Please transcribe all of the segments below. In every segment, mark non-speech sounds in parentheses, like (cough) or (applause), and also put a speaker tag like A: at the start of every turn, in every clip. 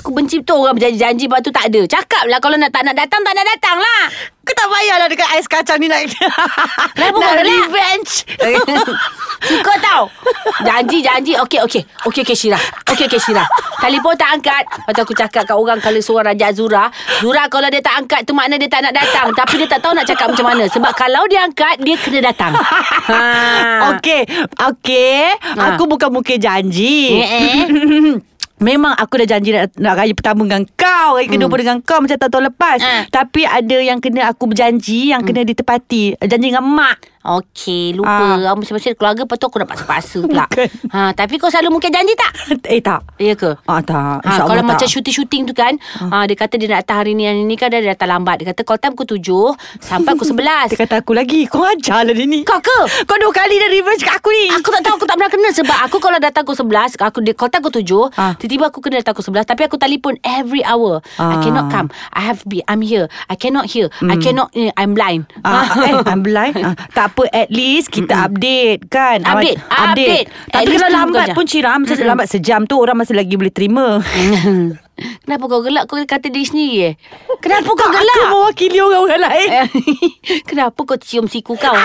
A: Aku benci betul orang berjanji-janji Lepas tu tak ada Cakap lah kalau nak, tak nak datang Tak nak datang lah
B: Kau tak payahlah dekat ais kacang ni nak
A: (laughs) Kenapa
B: nak
A: kau gelak? (laughs)
B: revenge.
A: Suka tau Janji-janji Okey okey Okey okey Syirah Okey okey Syirah Telefon tak angkat Lepas tu aku cakap kat orang Kalau seorang rajak Zura Zura kalau dia tak angkat Tu makna dia tak nak datang Tapi dia tak tahu nak cakap macam mana Sebab kalau dia angkat Dia kena datang ha.
B: (laughs) Okey, okey.
A: Ha.
B: Aku bukan mungkin janji.
A: Eh, eh.
B: (clears throat) Memang aku dah janji nak, nak raya pertama dengan kau Raya kedua pun dengan kau Macam tak tahu lepas
A: Hmm. Ah. Hmm.
B: Tapi ada yang kena aku berjanji Yang kena ditepati Janji dengan mak
A: Okey lupa ah. Masing-masing keluarga Lepas tu aku nak paksa-paksa pula
B: Bukan.
A: ha, Tapi kau selalu mungkin janji tak?
B: (laughs) Eh tak
A: Ya ke?
B: Ah tak
A: Ha,
B: InsyaAllah
A: kalau
B: tak.
A: macam syuting-syuting tu kan ha. Dia kata dia nak datang hari ni Hari ni kan dia datang lambat Dia kata call time pukul 7 Sampai pukul 11 (laughs)
B: Dia kata aku lagi Kau ajar lah dia ni
A: Kau ke?
B: Kau dua kali dah revenge kat aku ni
A: Aku tak tahu Aku tak pernah kena Sebab aku kalau datang pukul 11 aku, dia- Call time pukul 7
B: Ah.
A: Tiba-tiba aku kena datang pukul 11 Tapi aku telefon every hour I
B: Ah.
A: cannot come I have be I'm here I cannot hear I cannot eh, I'm blind
B: Ah, eh, I'm blind ah, Tak apa at least Kita update kan
A: Update,
B: Awak-
A: update. At
B: Tapi
A: least
B: kalau
A: tu
B: lambat
A: bukan
B: pun Cira Macam lambat sejam tu Orang masih lagi boleh terima
A: (laughs) Kenapa kau gelak Kau kata diri sendiri eh Kenapa kau
B: Tak,
A: gelak
B: Aku mewakili orang-orang lain
A: Eh, (laughs) Kenapa kau cium siku kau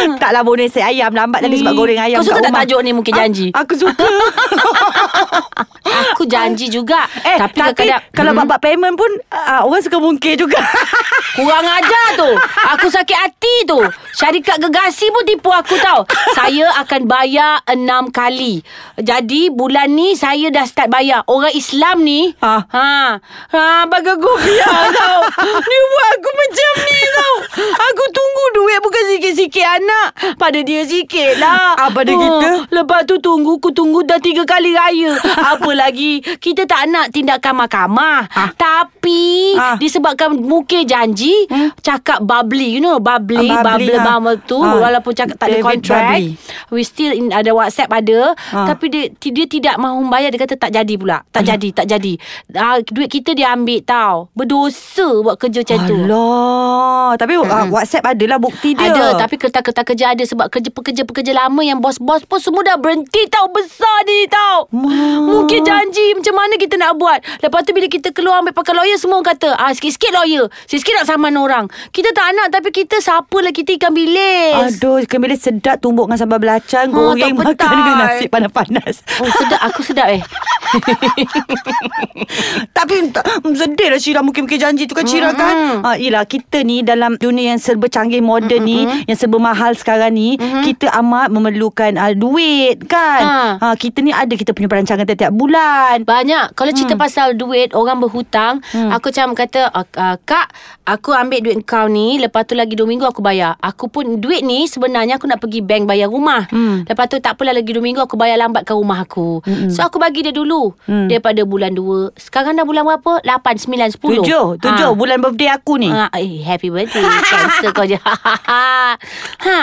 B: Eh, Taklah bonus nasi ayam Lambat tadi sebab
A: Ih,
B: goreng ayam
A: Hmm. kau suka
B: kat
A: tak
B: rumah.
A: tajuk ni mungkin janji?
B: Ah, Aku
A: (laughs)
B: suka
A: Aku janji juga
B: Eh tapi, tapi Kalau
A: Mhm.
B: bab-bab payment pun ah, Orang suka mungkin
A: (laughs)
B: juga
A: Kurang ajar tu Aku sakit hati tu Syarikat gegasi pun tipu aku tau Saya akan bayar enam kali Jadi bulan ni saya dah start bayar Orang Islam ni
B: Ah.
A: Ha Ha Bagai aku biar tau Dia buat aku macam ni tau Aku tunggu duit bukan sikit-sikit anak Pada dia sikit lah
B: Ah, pada kita?
A: Lepas tu tunggu Ku tunggu dah tiga kali
B: (laughs)
A: raya Apa lagi Kita tak nak tindakan mahkamah
B: Ah.
A: Tapi
B: Ah.
A: Disebabkan mungkin janji hmm? Cakap bubbly You know bubbly
B: Ah, bubbly,
A: Bubble
B: ah.
A: bubble tu
B: Ah.
A: Walaupun cakap tak ada
B: David
A: kontrak
B: Bubbly.
A: We still in, ada WhatsApp ada
B: Ah.
A: Tapi dia, ti- dia tidak mahu bayar Dia kata tak jadi pula
B: Hmm.
A: Tak jadi tak jadi ah, Duit kita dia ambil tau Berdosa buat kerja macam tu
B: Alah Tapi ah, WhatsApp adalah bukti dia
A: Hmm. ada Tapi kertas-kertas kerja ada Sebab kerja pekerja-pekerja lama Yang bos-bos pun semua dah berhenti tau Besar ni tau
B: Ma.
A: Mungkin janji Macam mana kita nak buat Lepas tu bila kita keluar Ambil pakai lawyer Semua orang kata ah, Sikit-sikit lawyer Sikit-sikit nak saman orang Kita tak nak Tapi kita siapalah Kita ikan bilis
B: Aduh, ikan bilis sedap tumbuk dengan sambal belacan,
A: Ha,
B: goreng
A: tak
B: makan
A: petai.
B: dengan nasi panas-panas.
A: Oh sedap Aku sedap eh
B: Tapi tak- mm, sedih lah Syira mungkin-mungkin janji tu kan Syira kan.
A: Mm-hmm.
B: Ha, yelah, kita ni dalam dunia yang serba canggih moden
A: Mm-hmm.
B: ni, yang serba mahal sekarang ni, kita amat memerlukan uh, duit kan. Ha. kita ni ada kita punya perancangan tiap-tiap bulan.
A: Banyak Kalau
B: Hmm.
A: cerita pasal duit Orang berhutang Aku macam kata "Ah, ah, Kak Aku ambil duit kau ni Lepas tu lagi 2 minggu aku bayar Aku pun duit ni Sebenarnya aku nak pergi bank Bayar rumah
B: Hmm.
A: Lepas tu tak apalah lagi 2 minggu Aku bayar lambatkan rumah aku So aku bagi dia dulu
B: Hmm.
A: Daripada bulan 2 Sekarang dah bulan berapa? 8, 9, 10
B: Tujuh, tujuh
A: Ha.
B: bulan birthday aku ni.
A: Ah, eh, happy
B: (laughs)
A: birthday Cancer kau je (laughs) ha. ha.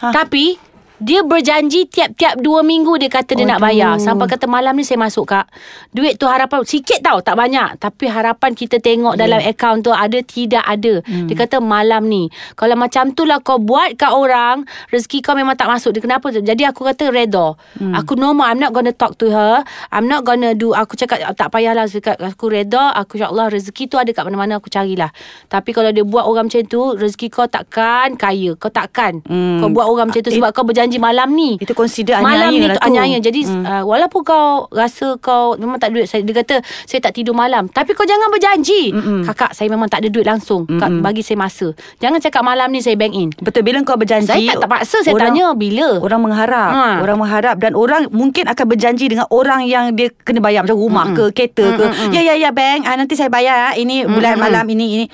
A: Tapi Dia berjanji Tiap-tiap dua minggu Dia kata dia nak
B: Aduh.
A: bayar Sampai kata malam ni Saya masuk kak Duit tu harapan Sikit tau Tak banyak Tapi harapan kita tengok Dalam
B: Ya.
A: akaun tu Ada tidak ada
B: Hmm.
A: Dia kata malam ni Kalau macam tu lah Kau buat kat orang Rezeki kau memang tak masuk Dia kenapa Jadi aku kata reda Aku no more I'm not gonna talk to her I'm not gonna do Aku cakap tak payahlah cakap, Aku reda Aku insyaAllah rezeki tu ada kat mana-mana Aku carilah Tapi kalau dia buat orang macam tu Rezeki kau takkan kaya Kau takkan
B: Hmm.
A: Kau buat orang macam tu Sebab kau berjanji malam ni
B: Itu consider
A: Malam
B: aniaya
A: ni
B: lah
A: tu
B: tu.
A: anyaya Jadi hmm. uh, walaupun kau Rasa kau Memang tak ada duit saya, Dia kata Saya tak tidur malam Tapi kau jangan berjanji Mm-mm. Kakak saya memang tak ada duit langsung Kak, Bagi saya masa Jangan cakap malam ni Saya bank in
B: Mm. Betul bila kau berjanji
A: Saya tak terpaksa Saya
B: orang-
A: tanya bila
B: Orang mengharap
A: Ha.
B: Orang mengharap Dan orang mungkin akan berjanji Dengan orang yang dia kena bayar Macam rumah mm-hmm. ke Kereta mm-hmm. ke Ya ya ya bank ah, Nanti saya bayar ah. Ini bulan mm-hmm. malam ini ini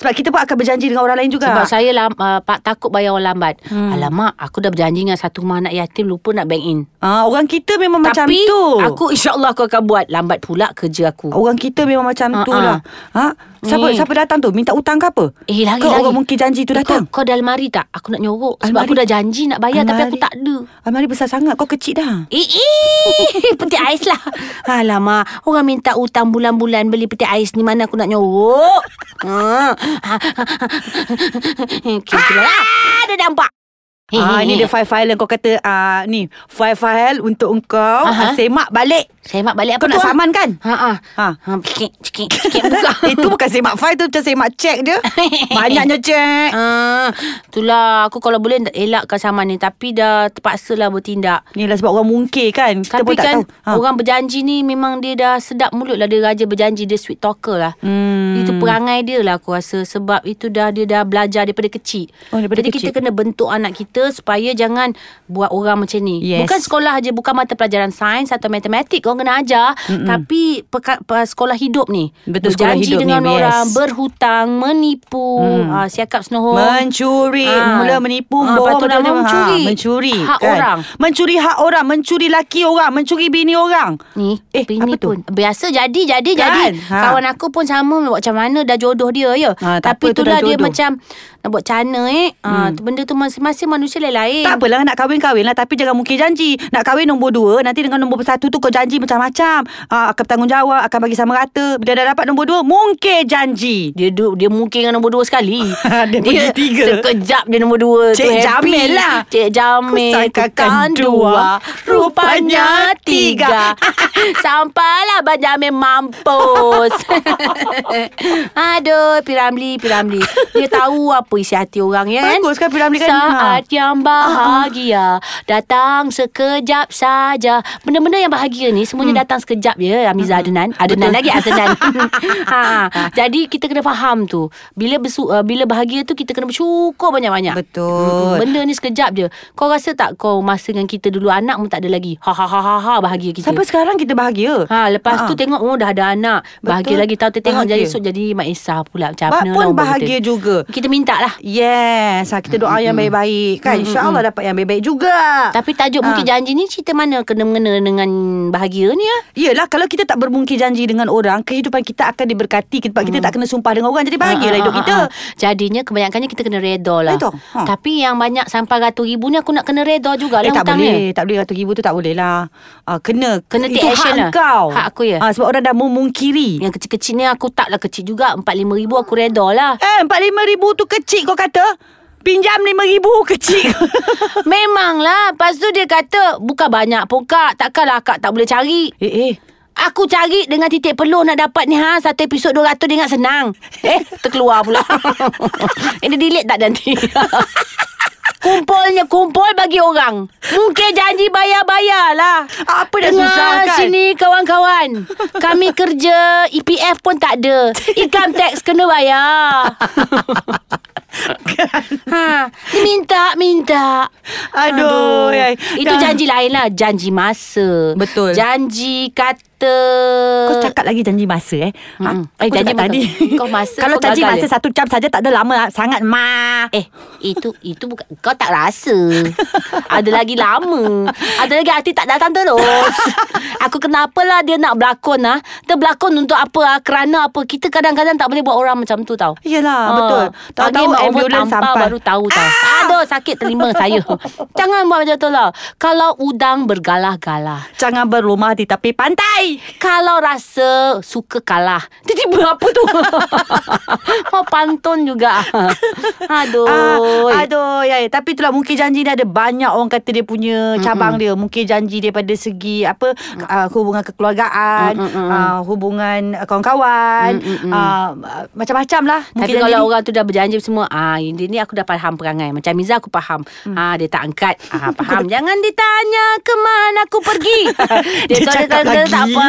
B: Sebab kita pun akan berjanji Dengan orang lain juga
A: Sebab saya lam, uh, pak, takut bayar orang lambat hmm. Alamak Aku dah berjanji dengan satu rumah anak yatim Lupa nak bank in
B: ah, Orang kita memang macam
A: Tapi
B: tu
A: aku insyaAllah aku akan buat Lambat pula kerja aku
B: Orang kita memang macam tu
A: Ha, ha.
B: lah ha? Siapa
A: Ni.
B: siapa datang tu? Minta utang ke apa?
A: Eh lagi
B: Ke
A: lagi.
B: orang mungkin janji tu
A: Eh,
B: datang?
A: Kau, kau ada almari tak? Aku nak nyorok sebab
B: Almari?
A: aku dah janji nak bayar tapi aku
B: Almari.
A: tak ada.
B: Amari Ah, besar sangat kau kecil dah.
A: Eh, eh, (laughs) peti ais lah. Alamak, orang minta utang bulan-bulan beli peti ais ni mana aku nak (laughs) nyorok. Ha. Kira-kira lah. Ada nampak. Eh,
B: Ah ni dia file-file yang kau kata ah ni file-file untuk engkau
A: Aha.
B: ah, semak balik.
A: Semak balik apa
B: Kau
A: tu?
B: nak saman kan?
A: Ha ah.
B: Ha.
A: Ha, cekik, cekik, cekik
B: (laughs)
A: buka.
B: Itu bukan semak file tu macam semak cek
A: (laughs)
B: dia. Banyaknya cek.
A: Ah, itulah aku kalau boleh elakkan saman ni tapi dah terpaksalah bertindak.
B: Ni lah sebab orang mungkir kan. Kita
A: Tapi
B: pun tak
A: kan
B: tahu. Ha.
A: orang berjanji ni memang dia dah sedap mulut lah dia raja berjanji dia sweet talker lah.
B: Hmm.
A: Itu perangai dia lah aku rasa sebab itu dah dia dah belajar daripada kecil.
B: Oh, daripada
A: Jadi kita
B: kecil.
A: kena bentuk anak kita supaya jangan buat orang macam ni.
B: Yes.
A: Bukan sekolah aja bukan mata pelajaran sains atau matematik kau kena ajar Mm-mm. tapi peka, pe, sekolah hidup ni.
B: Betul, sekolah
A: berjanji
B: hidup
A: dengan
B: ni,
A: orang,
B: yes. Mm.
A: berhutang, menipu, ah, siakap senohong.
B: Mencuri
A: Ah.
B: Mula menipu
A: Ah, lepas
B: bohong,
A: tu
B: macam
A: nama
B: tu.
A: mencuri.
B: Mencuri kan?
A: Hak orang.
B: Mencuri hak orang Mencuri laki orang Mencuri bini orang
A: Ni eh,
B: Eh,
A: bini
B: apa tu?
A: pun Biasa jadi Jadi
B: Kan?
A: jadi
B: Ha.
A: Kawan aku pun sama buat Macam mana dah jodoh dia ya
B: Ha, tak
A: Tapi
B: apa tu
A: itulah
B: dah
A: dia
B: jodoh. Hmm.
A: macam Nak buat cana eh ha, tu Benda tu masing-masing manusia lain-lain
B: tak apalah nak kahwin-kahwin lah Tapi jangan mungkin janji Nak kahwin nombor dua Nanti dengan nombor satu tu Kau janji macam-macam ah, Akan bertanggungjawab Akan bagi sama rata Bila dah dapat nombor dua Mungkin janji
A: dia du- dia mungkin dengan nombor dua sekali.
B: (laughs) Dia pergi tiga.
A: Sekejap dia nombor dua tu happy.
B: Cik Jamil lah.
A: Cik Jamil
B: Ku sangkakan
A: tekan
B: dua,
A: dua. Rupanya
B: rupanya (laughs)
A: tiga. Sampailah Abang Jamil
B: (laughs)
A: mampus. Aduh, Piramli, Piramli. Dia tahu apa isi hati orang ya kan?
B: Bagus kan Piramli kan?
A: Saat yang bahagia datang sekejap saja. Benda-benda yang bahagia ni
B: Hmm.
A: semuanya datang sekejap ya Amiza Adenan. Adenan lagi
B: (laughs)
A: Adenan. ha. Jadi kita kena faham tu. Bila bersu- uh, bila bahagia tu kita kena bersyukur banyak-banyak.
B: Betul
A: Benda ni sekejap je. Kau rasa tak kau masa dengan kita dulu anak pun tak ada lagi. Ha ha ha ha, ha bahagia kita.
B: Sampai sekarang kita bahagia
A: Ha lepas
B: Ha-ha.
A: tu tengok oh dah ada anak. Bahagia
B: Ah. Betul.
A: lagi tahu tengok
B: Bahagia.
A: jadi esok jadi Mak Esa pula macam
B: Bab
A: mana
B: pun
A: lah umur
B: bahagia
A: kita.
B: juga
A: Kita minta lah
B: Yes ah, Kita doa yang baik-baik Kan insyaAllah dapat yang baik-baik juga
A: Tapi tajuk mungkin
B: Ah.
A: janji ni cerita mana kena-mengena dengan bahagia ni ya?
B: Yelah kalau kita tak bermungkir janji dengan orang Kehidupan kita akan diberkati Sebab
A: Hmm.
B: kita tak kena sumpah dengan orang Jadi bahagialah
A: Ah,
B: hidup kita
A: lah Jadinya kebanyakannya kita kena reda lah.
B: Redha, ha.
A: Tapi yang banyak sampai ratus ribu ni aku nak kena reda juga
B: Eh
A: lah
B: tak
A: hutang ni.
B: boleh Tak boleh ratus ribu tu tak boleh lah ah, Kena
A: Kena
B: Itu
A: take
B: hak
A: action lah.
B: kau
A: Hak aku ya?
B: ah, Sebab orang dah memungkiri
A: Yang kecil-kecil ni aku taklah kecil juga. Empat lima ribu aku reda
B: (laughs)
A: lah.
B: Eh empat lima ribu tu kecil kau kata Pinjam lima ribu (laughs) kecil
A: Memanglah. Lepas tu dia kata, bukan banyak pun kak. Takkanlah kak tak boleh cari.
B: Eh eh
A: Aku cari dengan titik peluh nak dapat ni ha satu episod 200 dia ingat
B: (laughs)
A: senang. Eh, terkeluar pula. (laughs) eh, dia delete tak nanti? (laughs) Kumpulnya kumpul bagi orang. Mungkin janji bayar-bayar lah.
B: Apa dah
A: Dengar
B: susah kan
A: sini kawan-kawan. Kami kerja EPF pun tak ada. Income tax kena
B: (laughs)
A: bayar. ha, ni minta minta.
B: Aduh, yai.
A: Itu
B: Dah.
A: janji lain lah, janji masa.
B: Betul.
A: Janji kata
B: Kau cakap lagi janji masa eh.
A: Mm-mm. Eh,
B: Ha, kau
A: janji
B: cakap
A: masa.
B: tadi.
A: Kau masa,
B: (laughs) Kalau
A: kau
B: janji
A: gagal
B: masa
A: dia.
B: satu jam saja tak ada lama sangat ma.
A: Eh, itu itu bukan kau tak rasa. Ada lagi lama. Ada lagi hati tak datang terus. Aku kenapalah dia nak berlakon ah? Dia berlakon untuk apa ah? Kerana apa? Kita kadang-kadang tak boleh buat orang macam tu tau.
B: Yelah
A: Ah,
B: betul.
A: Panggil
B: Tahu-tahu
A: mak umur tampar
B: ambulans sampai. Ah!
A: baru tahu tau. Aduh, sakit terima
B: (laughs)
A: saya. Jangan buat macam tu lah. Kalau udang bergalah-galah.
B: Jangan berlumah di tepi pantai.
A: Kalau rasa suka kalah Tiba-tiba (laughs) apa tu? oh pantun juga Aduh
B: Ah, aduh, ya, ya. tapi itulah mungkin janji ni ada banyak orang kata dia punya cabang dia. Mungkin janji daripada segi apa
A: Mm.
B: ah, hubungan kekeluargaan, ah, hubungan ah, kawan-kawan, ah, ah, macam-macam lah.
A: Tapi
B: janji
A: kalau
B: ni.
A: orang tu dah berjanji semua ah ini ni aku dah faham perangai. Macam Miza aku faham. Hmm. Ah dia tak angkat. Ah faham. Jangan ditanya ke mana aku pergi.
B: (laughs) Dia
A: kalau
B: cakap
A: tak-
B: lagi.
A: tak apa.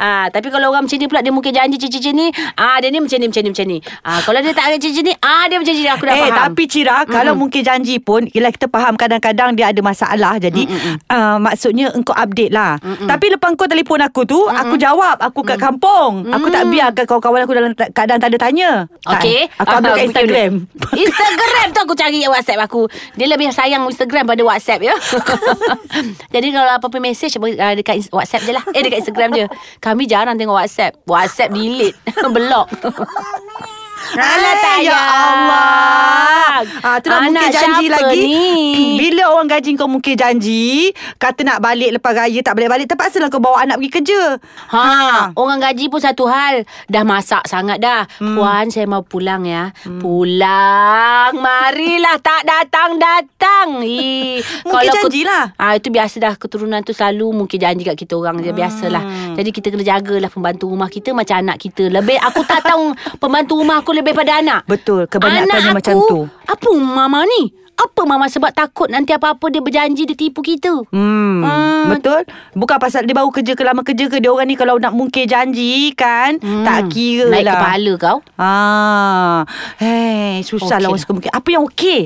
A: Ah tapi kalau orang macam ni pula dia mungkin janji cici-cici ni, ah dia ni macam ni macam ni macam ni. Ah kalau dia tak ada cici ni, ah dia macam ni aku dah
B: eh,
A: faham.
B: tapi Cira mm-hmm. kalau mungkin janji pun ialah kita faham kadang-kadang dia ada masalah jadi uh, maksudnya engkau update lah mm-hmm. tapi lepas kau telefon aku tu mm-hmm. aku jawab aku
A: Mm.
B: kat kampung mm-hmm. aku tak biarkan kawan-kawan aku dalam ta- keadaan tanda tanya
A: Okey (laughs)
B: tak, aku update kat Instagram
A: Instagram tu aku cari WhatsApp aku aku Dia lebih sayang Instagram pada WhatsApp ya (laughs) Jadi kalau apa-apa message uh, Dekat ins- WhatsApp je lah Eh dekat Instagram je Kami jarang tengok WhatsApp WhatsApp delete (laughs)
B: (laughs)
A: Block Alah tak
B: Ya Allah ah, Itulah mungkin
A: Anak
B: janji
A: siapa
B: lagi
A: ni?
B: (clears throat) Bila orang gaji kau mungkin janji Kata nak balik lepas raya Tak balik-balik Terpaksalah kau bawa anak pergi kerja
A: Ha, orang gaji pun satu hal. Dah masak sangat dah. Hmm. Puan, saya mau pulang ya. Hmm. Pulang. Marilah tak datang-datang. Ih,
B: (laughs) Mungkin janjilah.
A: Ah ha, itu biasa dah keturunan tu selalu mungkin janji kat kita orang je
B: Hmm.
A: biasalah. Jadi kita kena jagalah pembantu rumah kita macam anak kita. Lebih aku tak
B: (laughs)
A: tahu pembantu rumah aku lebih pada anak.
B: Betul Kebanyakannya
A: anak
B: macam
A: aku,
B: tu
A: Apa mama ni? Apa mama sebab takut nanti apa-apa dia berjanji dia tipu kita.
B: Hmm,
A: Ah.
B: betul. Bukan pasal dia baru kerja ke lama kerja ke dia orang ni kalau nak mungkin janji kan hmm. tak kira
A: Naik
B: lah.
A: kepala kau.
B: Ah, hey, susah okay.
A: Okey.
B: lah orang suka mungkin. Apa yang okey?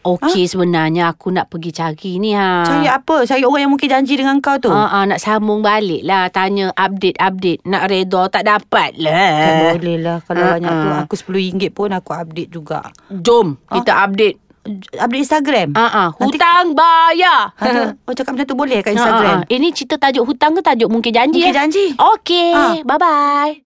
A: Okey ha? sebenarnya aku nak pergi cari ni ha.
B: Ah. Cari apa? Cari orang yang mungkin janji dengan kau tu.
A: Ha, ha, nak sambung balik lah Tanya update-update Nak reda tak dapat
B: Tak
A: lah
B: boleh lah Kalau
A: Ah,
B: banyak tu
A: ah.
B: Aku RM10 pun aku update juga
A: Jom
B: Ah.
A: kita update
B: Update Instagram
A: ha, ha. Hutang bayar Ah,
B: Ha,
A: (laughs)
B: tu- Oh cakap macam tu boleh
A: Ha, ha,
B: kat Instagram
A: ha. Ini cerita tajuk hutang ke tajuk mungkin janji
B: Mungkin
A: eh?
B: janji
A: Okey
B: Ha.
A: Bye-bye